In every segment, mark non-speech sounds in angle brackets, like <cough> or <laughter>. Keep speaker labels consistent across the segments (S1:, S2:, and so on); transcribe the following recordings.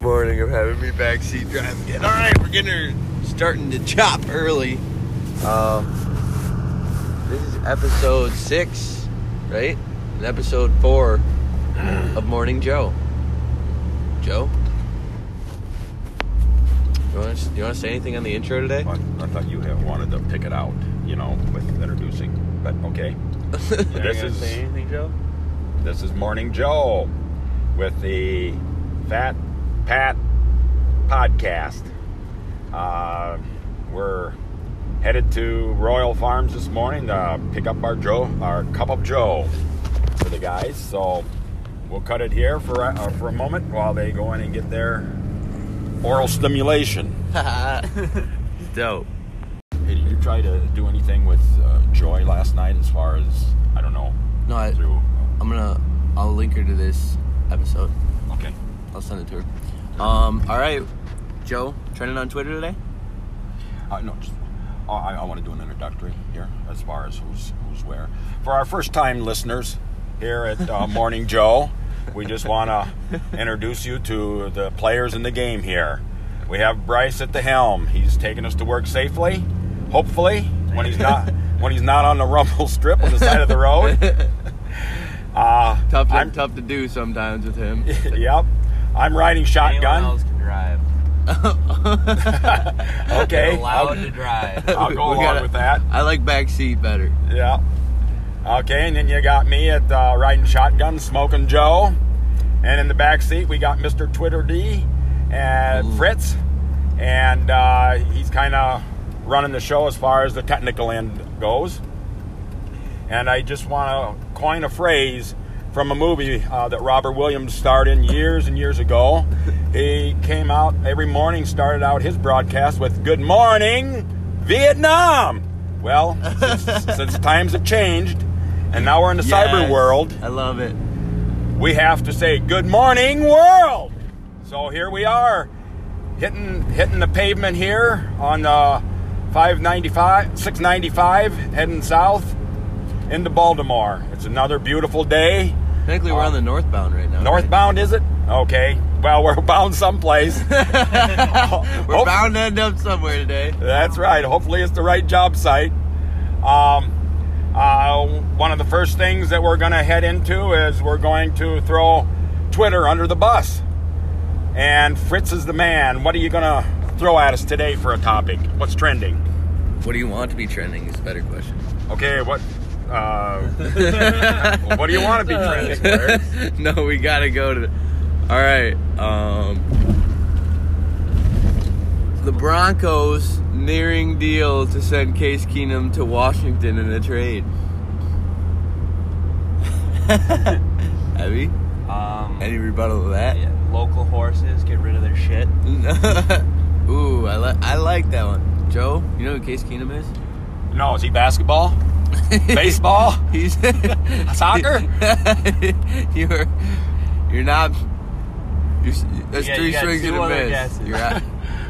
S1: morning of having me backseat driving again. All right, we're getting her starting to chop early. Uh, this is episode six, right? And episode four of Morning Joe. Joe, you want to you want to say anything on the intro today? <laughs>
S2: I, I thought you had wanted to pick it out, you know, with introducing, but okay.
S1: this
S2: is-
S1: say anything, Joe.
S2: This is Morning Joe with the Fat Pat podcast. Uh, we're headed to Royal Farms this morning to pick up our Joe, our cup of Joe for the guys. So we'll cut it here for a, uh, for a moment while they go in and get their oral stimulation.
S1: Dope.
S2: Hey, did you try to do anything with uh, Joy last night as far as, I don't know,
S1: No, I,
S2: through?
S1: I'm gonna I'll link her to this episode.
S2: oh, Okay.
S1: I'll send it to her. Um, all right, Joe, trending on Twitter today.
S2: Uh, no, just, I- I, I want to do an introductory here as far as who's who's where. For our first time listeners here at
S3: <laughs>
S2: uh, Morning Joe, we just want to introduce you to the players in the game here. We have Bryce at the helm. He's taking us to work safely, hopefully, when he's not
S3: <laughs>
S2: when he's not on the rumble strip on the side of the road. Uh,
S1: Tough, to,
S2: I'm-
S1: tough to do sometimes with him.
S2: yep. I'm riding
S3: Anyone
S2: shotgun.
S3: else can drive. They're
S2: Okay.
S3: allowed
S2: I'll- <laughs>
S3: to drive.
S2: I'll go
S1: We
S2: along with that.
S1: I like backseat better.
S2: Yeah. Okay, and then you got me at uh, riding shotgun, smoking Joe, and in the back seat we got Mr. Twitter D and
S1: Ooh.
S2: Fritz, and uh, he's kind of running the show as far as the technical end goes. And I just want to coin a phrase from a movie uh, that Robert Williams starred in years and
S1: <laughs>
S2: years ago. he came out every morning, started out his broadcast with "Good morning, Vietnam."
S1: <laughs>
S2: Well, since, since times have changed, and now we're in the cyber
S1: Yes.
S2: world,
S1: I love it.
S2: we have to say "Good morning, world." So here we are, hitting hitting the pavement here on uh, the 595, 695, heading south into Baltimore. It's another beautiful day.
S1: Technically, we're on the northbound right now.
S2: Northbound, is it? Okay. Well, we're <laughs> bound someplace.
S1: We're
S2: Oh.
S1: bound to end up somewhere today.
S2: That's right. Hopefully, it's the right job site. Um, uh, one of the first things that we're going to head into is we're going to throw Twitter under the bus. And Fritz is the man. What are you going to throw at us today for a topic? What's trending?
S1: What do you want to be trending? Is a better question.
S2: Okay, what?
S1: <laughs>
S2: Uh, what do you want to be trending? Larry?
S1: no, we gotta go to. The, all right. Um, the Broncos nearing deal to send Case Keenum to Washington in a <laughs> trade. Abby,
S3: Um,
S1: any rebuttal to that?
S3: yeah, local horses get rid of their shit.
S1: <laughs> Ooh, I like I like that one. Joe, you know who Case Keenum is?
S2: No, is
S1: <laughs>
S2: he basketball? Baseball?
S3: <laughs>
S1: He's
S2: Soccer?
S1: <laughs> you're you're not. You're, s- that's
S3: You got-
S1: three
S3: you got
S1: swings
S3: two
S1: and a
S3: other
S1: miss.
S3: guesses.
S1: You're out.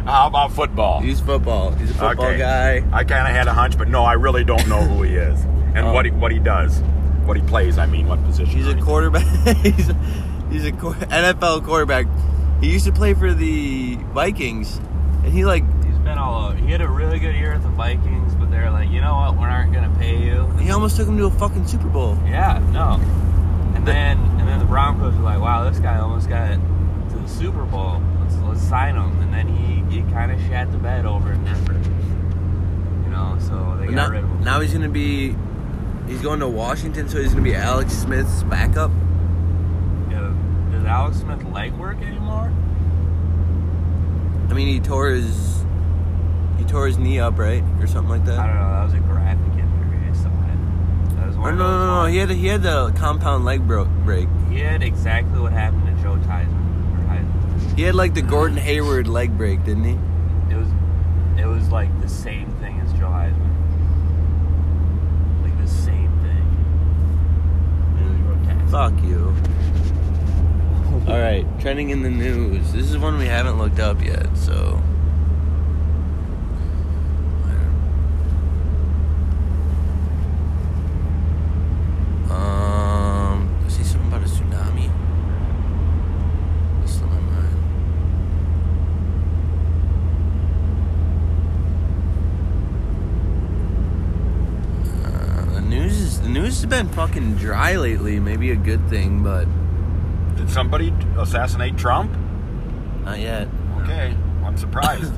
S2: How about football?
S1: He's football. He's a football
S2: Okay.
S1: guy.
S2: I kind of had a hunch, but no, I really don't know who he is and
S1: Oh.
S2: what he, what he does, what he plays. I mean, what position?
S1: He's a quarterback. <laughs> he's a, he's a quar- NFL quarterback. He used to play for the Vikings, and he like
S3: He's been all over. He had a really good year at the Vikings, but they're like, you know what? We aren't gonna pay you. <laughs>
S1: he almost took him to a fucking Super Bowl.
S3: Yeah, no. And then and then the Broncos were like, wow, this guy almost got to the Super Bowl. Let's let's sign him. And then he he kind of shat the bed over in Denver. You know, so they
S1: But
S3: got
S1: now,
S3: rid of him.
S1: now he's gonna be. He's going to Washington, so he's gonna be Alex Smith's backup.
S3: Yeah, does Alex Smith leg work anymore?
S1: I mean, he tore his he tore his knee up, right, or something like that.
S3: I don't know. That was a graphic injury. I saw it. That was
S1: Or
S3: one
S1: no,
S3: of
S1: Oh, no,
S3: those
S1: no, no.
S3: ones.
S1: He had a, he had the compound leg bro- break.
S3: He had exactly what happened to Joe Theismann. Or Heisman.
S1: He had like the Gordon Hayward leg break, didn't he?
S3: It was, it was like the same thing as Joe Heisman. Like the same thing. It was grotesque.
S1: Fuck you. All right, trending in the news. This is one we haven't looked up yet, so. Um, I see something about a tsunami. Slipped my mind. Uh, has been fucking dry lately. Maybe a good thing, but
S2: Did somebody assassinate Trump?
S1: not yet.
S2: Okay, I'm
S3: <coughs>
S2: surprised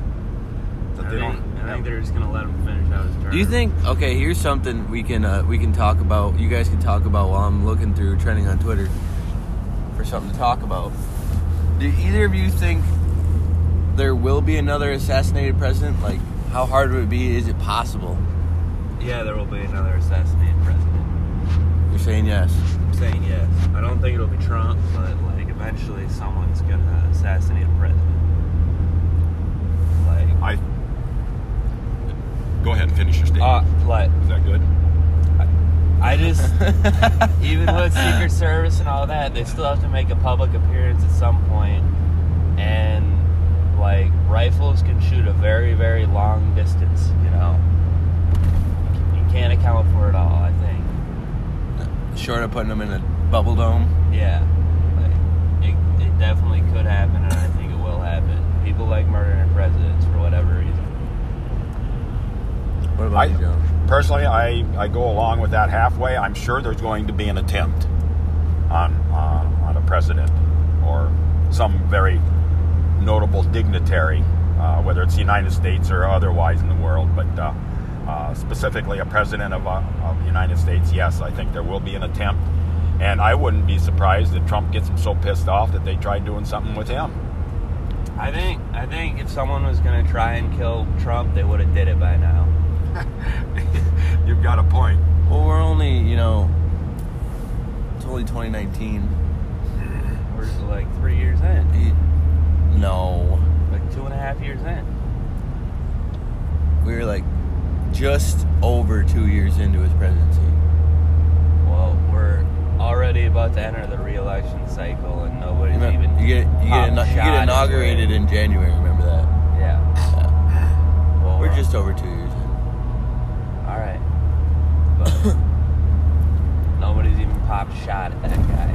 S2: that
S3: I
S2: they
S3: think,
S2: don't.
S3: I think they're just gonna let him finish out his term.
S1: Do you think? Okay, here's something we can uh, we can talk about. You guys can talk about while I'm looking through trending on Twitter for something to talk about. Do either of you think there will be another assassinated president? Like, how hard would it be? Is it possible?
S3: Yeah, there will be another assassinated president.
S1: You're saying yes.
S3: I'm saying yes. I don't think it'll be Trump, but like eventually someone's gonna assassinate a president. Like,
S2: I. Go ahead and finish your statement.
S3: uh, like
S2: Is that good?
S3: I <laughs> just even with Secret Service and all that, they still have to make a public appearance at some point, and like rifles can shoot a very very long distance. You know, you can't account for it all. I think.
S1: Short of putting them in a bubble dome.
S3: Yeah, like it, it definitely could happen, and I think it will happen. People like murdering presidents for whatever reason.
S1: What about
S2: I-
S1: you, Joe?
S2: Personally, I, I go along with that halfway. I'm sure there's going to be an attempt on on, on a president or some very notable dignitary, uh, whether it's the United States or otherwise in the world. But uh, uh, specifically, a president of, uh, of the United States, yes, I think there will be an attempt. And I wouldn't be surprised if Trump gets him so pissed off that they try doing something with him. <laughs>
S3: I think I think if someone was gonna try and kill Trump, they would have did it by now.
S2: You've got a point.
S1: Well, we're only you know, it's only 2019.
S3: We're like three years in.
S1: He- no,
S3: like two and a half years in.
S1: we were like just over two years into his presidency.
S3: Well, we're already about to enter the re-election cycle, and nobody's
S1: You know,
S3: even.
S1: you get you get,
S3: top
S1: ina- you
S3: shot
S1: get inaugurated
S3: into it.
S1: in January. Remember that?
S3: Yeah. Well,
S1: We're just over two years in.
S3: all right. But nobody's even popped shot at that guy.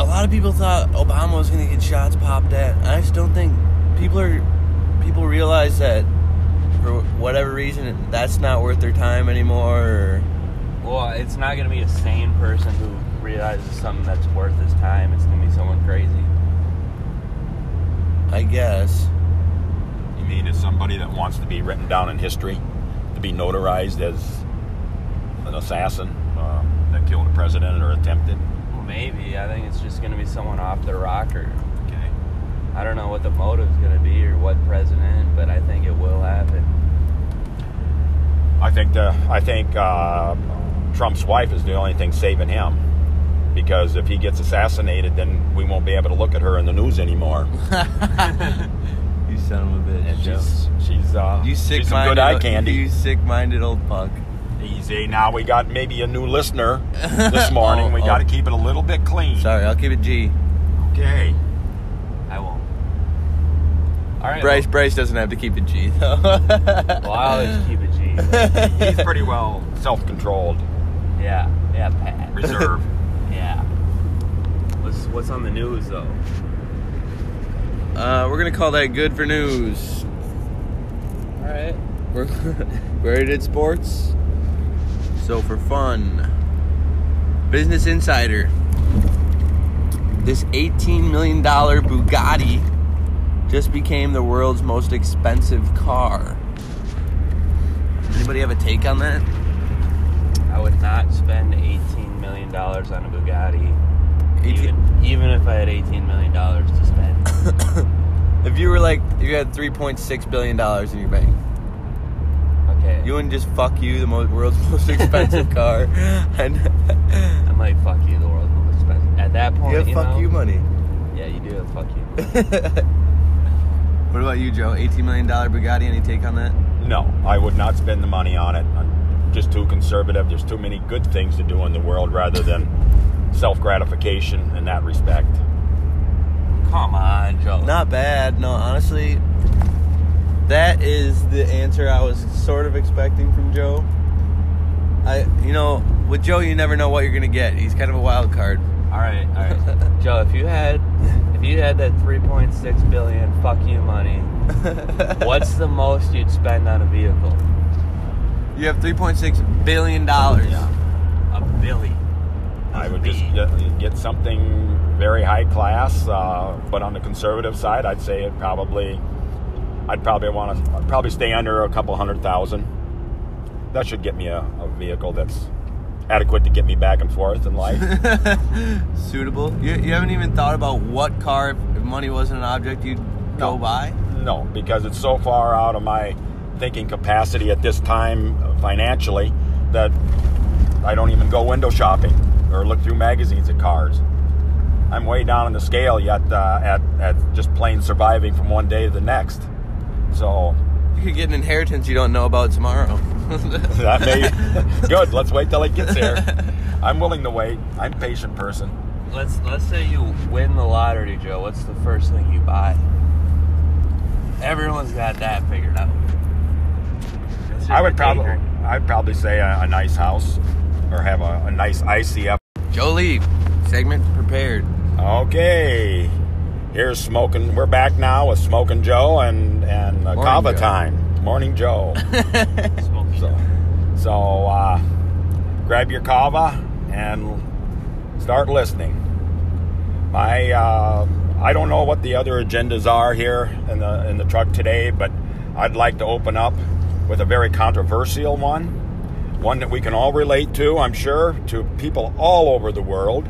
S1: <coughs> A lot of people thought Obama was going to get shots popped at. I just don't think people are people realize that for whatever reason that's not worth their time anymore. Or,
S3: Well, it's not gonna be a sane person who realizes something that's worth his time. It's gonna be someone crazy.
S1: I <laughs> guess.
S2: You mean as somebody that wants to be written down in history, to be notarized as an assassin uh, that killed a president or attempted?
S3: Well, maybe. I think it's just gonna be someone off the rocker.
S2: Okay.
S3: I don't know what the motive's gonna be or what president, but I think it will happen.
S2: I think the I think uh, Trump's wife is the only thing saving him, because if he gets assassinated, then we won't be able to look at her in the news anymore.
S1: You son of a bitch.
S2: And she's she's uh,
S1: you sick
S2: she's some
S1: minded.
S2: good eye candy.
S1: You sick minded old punk.
S2: Easy. Now we got maybe a
S1: <laughs>
S2: new listener this morning.
S1: Oh,
S2: we
S1: oh.
S2: got to keep it a little bit clean.
S1: Sorry, I'll keep it G.
S2: Okay.
S3: I won't. All right.
S1: Bryce Bryce doesn't have to keep it G though.
S3: Well, I always
S1: <laughs>
S3: keep it G.
S2: He's pretty well self-controlled,
S3: Yeah. Yeah, Pat.
S2: reserved.
S3: Yeah. What's What's on the news though?
S1: Uh, we're gonna call that good for news.
S3: All right.
S1: We're, <laughs> we already did sports. So for fun, Business Insider. This $18 million Bugatti just became the world's most expensive car. Anybody have a take on that?
S3: I would not spend eighteen million dollars on a Bugatti.
S1: 18
S3: Even, even if I had eighteen million dollars to spend,
S1: If you were like, if you had $3.6 billion in your bank,
S3: okay.
S1: you wouldn't just fuck you, the mo- world's <laughs> most expensive car. <laughs> And
S3: I'm like, fuck you, the world's most expensive. At that
S1: you
S3: point,
S1: have
S3: you
S1: fuck
S3: know,
S1: you money. <laughs>
S3: Yeah, you do have fuck you.
S1: what about you, Joe? $18 million Bugatti, any take on that?
S2: No, I would not spend the money on it. I'm just too conservative. There's too many good things to do in the world rather than self gratification in that respect.
S3: Come on, Joe.
S1: Not bad. No, honestly, that is the answer I was sort of expecting from Joe. I, you know, with Joe, you never know what you're gonna get. He's kind of a wild card.
S3: All right, all right. Joe, if you had if you had that 3.6 billion fuck you
S1: <laughs>
S3: money, what's the most you'd spend on a vehicle?
S1: You have 3.6 billion dollars.
S2: Yeah.
S3: Billy.
S2: I
S3: He's
S2: would just
S3: mean.
S2: get, get something very high class, uh, but on the conservative side, I'd say it probably. I'd probably want to I'd probably stay under a couple hundred thousand. That should get me a, a vehicle that's adequate to get me back and forth in life.
S1: <laughs> Suitable. You, you haven't even thought about what car, if if money wasn't an object, you'd go
S2: No.
S1: buy.
S2: No, because it's so far out of my thinking capacity at this time uh, financially that I don't even go window shopping or look through magazines at cars. I'm way down on the scale yet uh, at, at just plain surviving from one day to the next. So <laughs>
S1: You could get an inheritance you don't know about tomorrow. <laughs>
S2: that may <laughs> good. Let's wait till it gets here. I'm willing to wait. I'm a patient person.
S3: Let's let's say you win the lottery, Joe. What's the first thing you buy? Everyone's got that figured out. That's just
S2: I would
S3: the
S2: probably
S3: taker.
S2: I'd probably say a, a nice house or have a, a nice ICF
S1: Jolie, segment prepared.
S2: Okay, here's smoking. We're back now with smoking Joe and and uh,
S1: Morning,
S2: Kava
S1: Joe.
S2: time.
S1: <laughs>
S2: Morning Joe.
S3: Smokey
S2: so, so uh, grab your Kava and start listening. My uh, I don't know what the other agendas are here in the in the truck today, but I'd like to open up with a very controversial one one that we can all relate to, I'm sure, to people all over the world,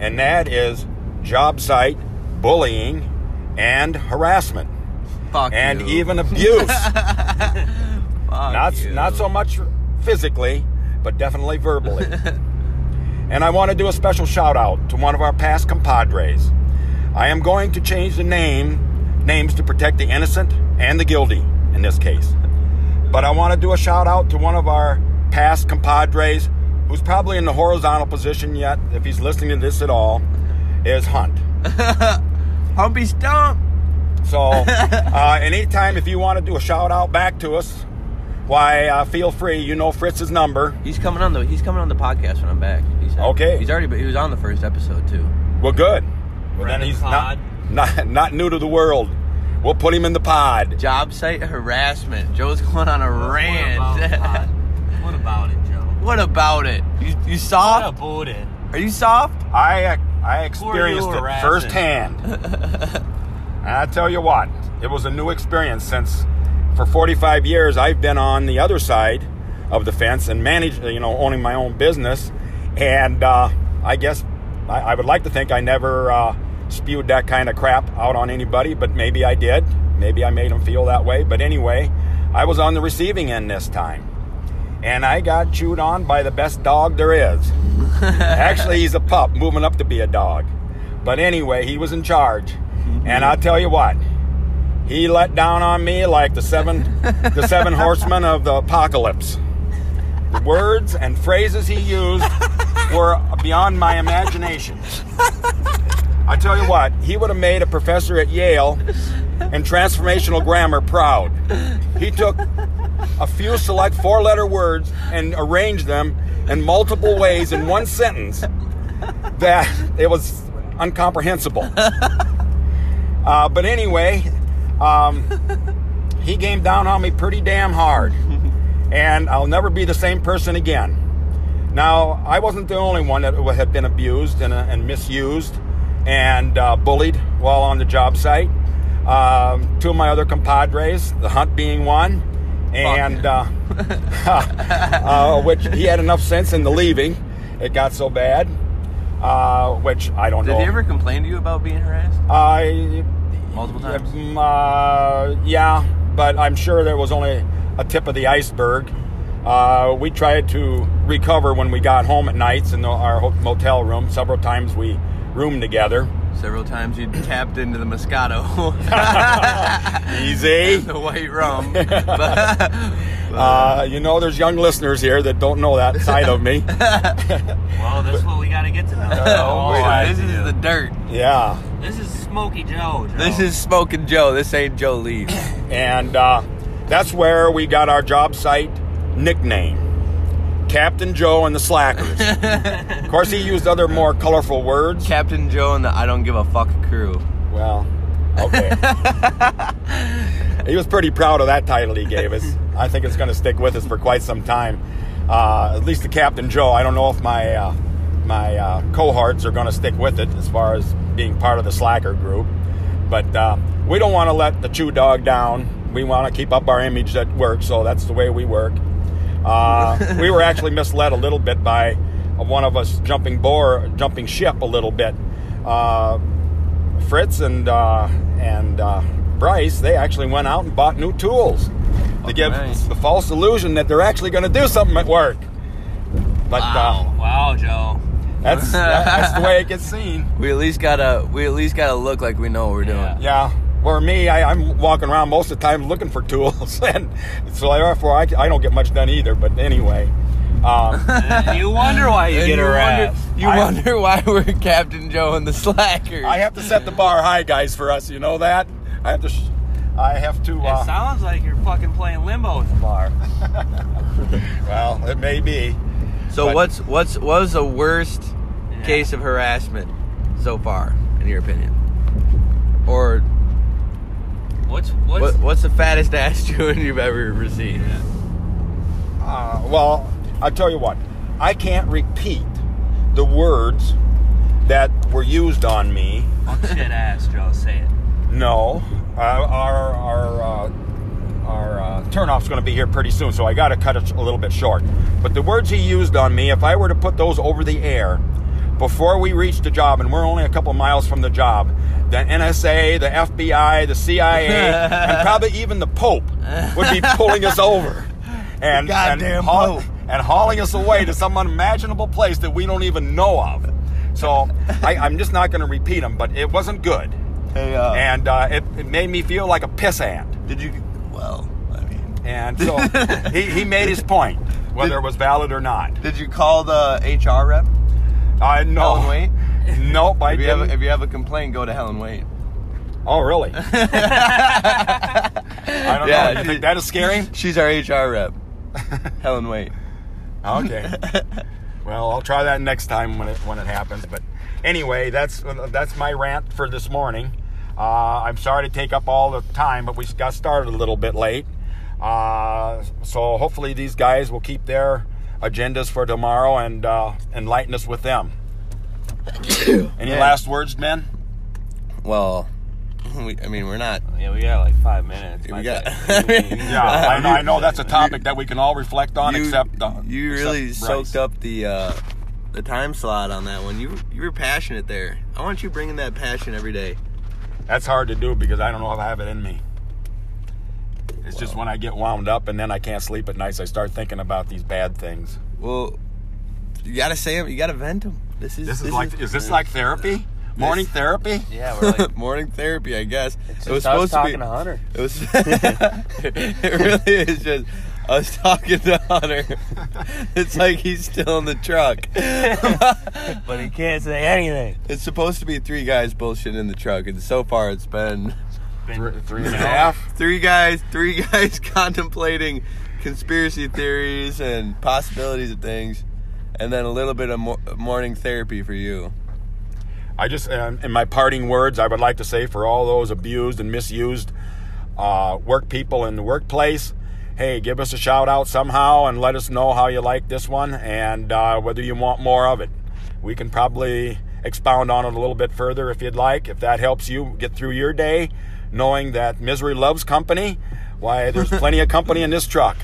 S2: and that is job site bullying and harassment
S1: Fuck
S2: and
S1: you. <laughs>
S2: even abuse.
S1: Fuck
S2: not
S1: you.
S2: not so much physically, but definitely verbally.
S1: <laughs>
S2: and I want to do a special shout out to one of our past compadres. I am going to change the name names to protect the innocent and the guilty in this case. But I want to do a shout out to one of our past compadres who's probably in the horizontal position yet if he's listening to this at all is Hunt.
S1: Humpy Stump.
S2: So, uh, anytime if you want to do a shout out back to us, why uh, feel free. You know Fritz's number.
S1: He's coming on the he's coming on the podcast when I'm back. He said.
S2: Okay.
S1: He's already but he was on the first episode too.
S2: Well, good. Well,
S3: We're
S2: then
S3: in the
S2: he's
S3: pod.
S2: <laughs> not not not new to the world. We'll put him in the pod.
S1: Job site harassment. Joe's going on a
S3: What about, Todd?
S1: rant.
S3: <laughs> what about it, Joe?
S1: <laughs> what about it? You you
S3: What
S1: soft?
S3: about it?
S1: Are you soft?
S2: I uh, I experienced it
S3: harassing?
S2: firsthand. and I tell you what, it was a new experience since for 45 years I've been on the other side of the fence and managed, you know, owning my own business. And uh, I guess I, I would like to think I never uh, spewed that kind of crap out on anybody, but maybe I did. Maybe I made them feel that way. But anyway, I was on the receiving end this time. And I got chewed on by the best dog there is. Actually, he's a pup moving up to be a dog. But anyway, he was in charge. And I'll tell you what, he let down on me like the seven the seven horsemen of the apocalypse. The words and phrases he used were beyond my imagination. I tell you what, he would have made a professor at Yale in transformational grammar proud. He took a few select four letter words and arrange them in multiple ways in one sentence that it was uncomprehensible. Uh, but anyway, um, he came down on me pretty damn hard. And I'll never be the same person again. Now, I wasn't the only one that had been abused and, uh, and misused and uh, bullied while on the job site. Um, two of my other compadres, the Hunt being one, and uh, uh, which he had enough sense in the leaving. It got so bad, uh, which I don't
S1: Did
S2: know.
S1: he ever complain to you about being harassed?
S2: I
S1: Multiple times.
S2: um, uh, yeah, but I'm sure there was only a tip of the iceberg. Uh, we tried to recover when we got home at nights in the, our ho- motel room. Several times we
S1: <laughs>
S2: roomed together.
S1: Several times
S2: <coughs>
S1: you tapped into the
S2: <laughs>
S1: Moscato. <laughs>
S2: Easy.
S1: the white
S2: <laughs>
S1: rum. <laughs> But-
S2: Uh, you know, there's young listeners here that don't know that side
S1: <laughs>
S2: of me.
S3: Well, that's what we gotta get to know.
S2: Oh,
S1: So
S2: I
S1: this is the dirt.
S2: Yeah.
S3: This is Smokey Joe. Joe.
S1: This is Smoking Joe. This ain't Joe Lee.
S2: and uh, that's where we got our job site nickname captain joe and the slackers of course he used other more colorful words
S1: Captain Joe and the I don't give a fuck crew.
S2: well okay he was pretty proud of that title he gave us i think it's going to stick with us for quite some time uh, at least the Captain Joe. I don't know if my uh, my uh, cohorts are going to stick with it as far as being part of the slacker group, but uh, we don't want to let the Chew Dog down. We want to keep up our image that works, so that's the way we work. Uh, we were actually misled a little bit by one of us jumping board, jumping ship a little bit. Uh, Fritz and uh, and uh, Bryce, they actually went out and bought new tools to give
S3: nice.
S2: the false illusion that they're actually going to do something at work. But
S3: Wow, wow, Joe.
S2: uh,
S3: <laughs>
S2: that's that- that's the way it gets seen.
S1: We at least gotta we at least gotta look like we know what we're doing.
S3: Yeah.
S2: Yeah. Where me, I, I'm walking around most of the time looking for tools, <laughs> and so therefore I, I don't get much done either. But anyway,
S3: <laughs>
S2: um,
S3: And you wonder why you
S1: And
S3: get
S1: you
S3: harassed.
S1: wonder, you
S2: I-
S1: wonder <laughs> why we're Captain Joe and the slackers.
S2: I have to set the bar high, guys, for us. You know that. I have to. Sh- I have to.
S3: It
S2: Uh,
S3: sounds like you're fucking playing limbo at the bar.
S2: <laughs> well, it may be.
S1: so
S2: but-
S1: what's what's what was the worst
S3: Yeah.
S1: case of harassment so far, in your opinion? Or
S3: What's what's
S1: what, what's the fattest ass <laughs> chewing you've ever received?
S2: Uh, well, I'll tell you what. I can't repeat the words that were used on me.
S3: Fuck shit ass, Joe? Say it.
S2: No, uh, our our uh, our uh, turnoff's going to be here pretty soon, so I got to cut it a little bit short. But the words he used on me, if I were to put those over the air before we reach the job, and we're only a couple miles from the job, the NSA, the FBI, the
S1: <laughs>
S2: CIA, and probably even the Pope would be pulling us over and
S1: Goddamn
S2: and, haul-
S1: Pope.
S2: and hauling us away to some unimaginable place that we don't even know of. So I, I'm just not going to repeat them, but it wasn't good
S1: Hey, uh,
S2: and uh, it, it made me feel like a pissant.
S1: did you? Well, I mean,
S4: <laughs>
S2: And so he, he made his point, whether it was valid or not.
S1: did you call the HR rep?
S2: I know.
S1: Helen Waite?
S2: Nope, I
S4: If you, Oh, have a,
S2: didn't.
S4: if you have a complaint, go to hell and wait. <laughs>
S2: oh, really? I don't
S4: Yeah,
S2: know. You
S4: she-
S2: think that is scary?
S4: She's our HR rep. hell and wait.
S2: Okay. Well, I'll try that next time when it when it happens. But anyway, that's that's my rant for this morning. Uh, I'm sorry to take up all the time, but we got started a little bit late. Uh, so hopefully these guys will keep their agendas for tomorrow and uh, enlighten us with them. Any
S4: Yeah.
S2: last words, men?
S4: Well, <laughs> we, I mean, we're not.
S3: Yeah, we got like five minutes.
S4: We <laughs>
S3: my
S4: got.
S3: bad.
S4: I mean,
S3: <laughs>
S2: Yeah, I, know, I know that's a topic that we can all reflect on,
S4: you,
S2: except uh,
S4: you
S2: except
S4: really
S2: Bryce.
S4: soaked up the uh, the time slot on that one. You you were passionate there. I want you bringing that passion every day.
S2: That's hard to do because I don't know if I have it in me. It's just when I get wound up and then I can't sleep at nights, I start thinking about these bad things.
S4: Well, you gotta say 'em, You gotta vent them. This is
S2: This is like, is this like therapy? Morning therapy?
S3: Yeah,
S4: <laughs>
S3: we're like.
S4: morning therapy, I guess.
S3: It's
S4: it was
S3: just us
S4: supposed to
S3: talking
S4: be.
S3: to Hunter.
S4: It was. <laughs>
S3: <laughs>
S4: it really is just us talking to Hunter. It's like he's still in the truck. <laughs>
S3: But he can't say anything.
S4: It's supposed to be three guys bullshitting in the truck, and so far it's been
S2: Three, three <laughs> and a half?
S4: three guys, three <laughs> guys contemplating conspiracy theories and possibilities of things, and then a little bit of mo- morning therapy for you.
S2: I just, um, in my parting words, I would like to say for all those abused and misused uh, work people in the workplace, hey, give us a shout out somehow and let us know how you like this one and uh, whether you want more of it. We can probably expound on it a little bit further if you'd like. If that helps you get through your day, knowing that misery loves company, why, there's plenty of company in this truck.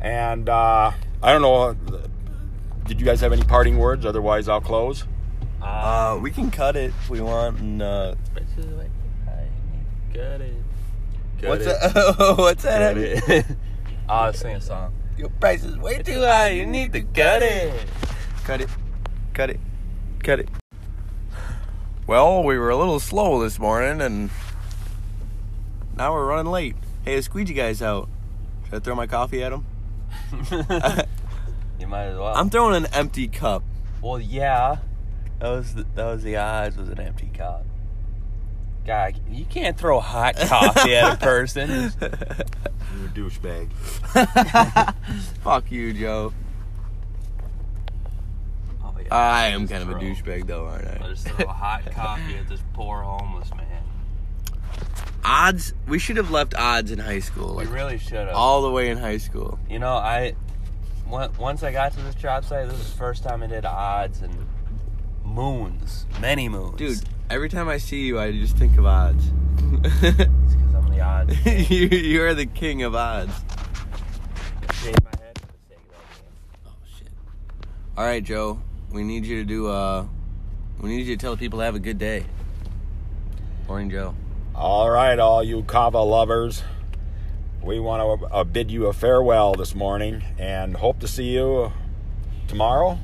S2: And uh, I don't know, uh, did you guys have any parting words? Otherwise, I'll close.
S4: Uh, we can cut it if we want. And uh,
S3: Got it.
S4: what's that? <laughs> what's that?
S3: Oh, I was singing a song.
S4: <laughs> Your price is way too
S3: high. You need to cut it.
S4: Cut it. Cut it. Cut it.
S1: Well, we were a little slow this morning, and
S4: Now we're running late. Hey, the squeegee guy's out. Should I throw my coffee at him?
S3: You might as well.
S4: I'm throwing an empty cup.
S3: well, yeah. That was the, that was the odds was an empty
S1: <laughs>
S3: cup. God, you can't throw hot coffee at
S4: <laughs>
S3: a person.
S2: You douchebag.
S4: Fuck you, Joe.
S3: Oh yeah.
S4: I am kind of a
S3: Bro.
S4: douchebag, though, aren't I?
S3: Let's throw hot coffee at this poor homeless man.
S4: Odds. We should have left odds in high school,
S3: We
S4: like
S3: really should have.
S4: all the way in high school.
S3: You know, I on- once I got to this job site, this is the first time I did odds and moons, many moons.
S1: Dude, every time I see you, I just think of odds. <laughs>
S3: it's because I'm the <laughs> odds.
S1: you you are the king of odds.
S3: Shave my head for the sake of that game.
S1: Oh shit. All right, Joe. We need you to do. Uh, we need you to tell people to have a good day. Morning, Joe.
S2: All right, all you kava lovers. We want to uh, bid you a farewell this morning and hope to see you tomorrow.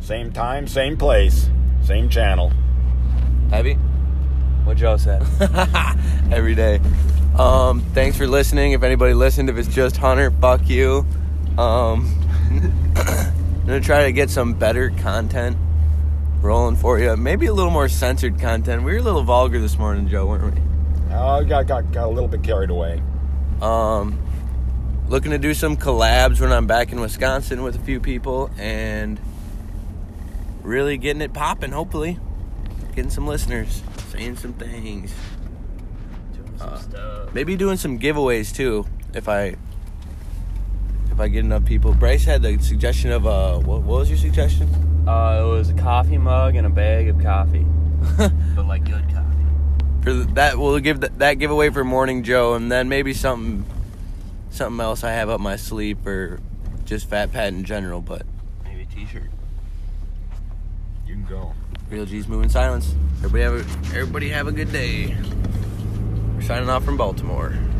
S2: Same time, same place, same channel.
S1: Abby.
S3: What Joe said.
S1: <laughs> every day. Um, thanks for listening. If anybody listened, if it's just Hunter, fuck you. Um, <coughs> I'm gonna try to get some better content rolling for you. Maybe a little more censored content. We were a little vulgar this morning, Joe, weren't we?
S2: Oh, I got, got, got a little bit carried away.
S1: Um, looking to do some collabs when I'm back in Wisconsin with a few people and really getting it popping. Hopefully, getting some listeners, saying some things.
S3: Doing some
S1: Uh,
S3: stuff.
S1: Maybe doing some giveaways too, if I if I get enough people. Bryce had the suggestion of uh, what, what was your suggestion?
S3: Uh, it was a coffee mug and a bag of <laughs> coffee, but like good coffee.
S1: For the, that, we'll give th- that giveaway for Morning Joe, and then maybe something something else I have up my sleeve, or just Fat Pat in general. But
S3: Maybe a T-shirt.
S2: You can go.
S1: Real G's moving silence. Everybody have a everybody have a good day. We're signing off from Baltimore.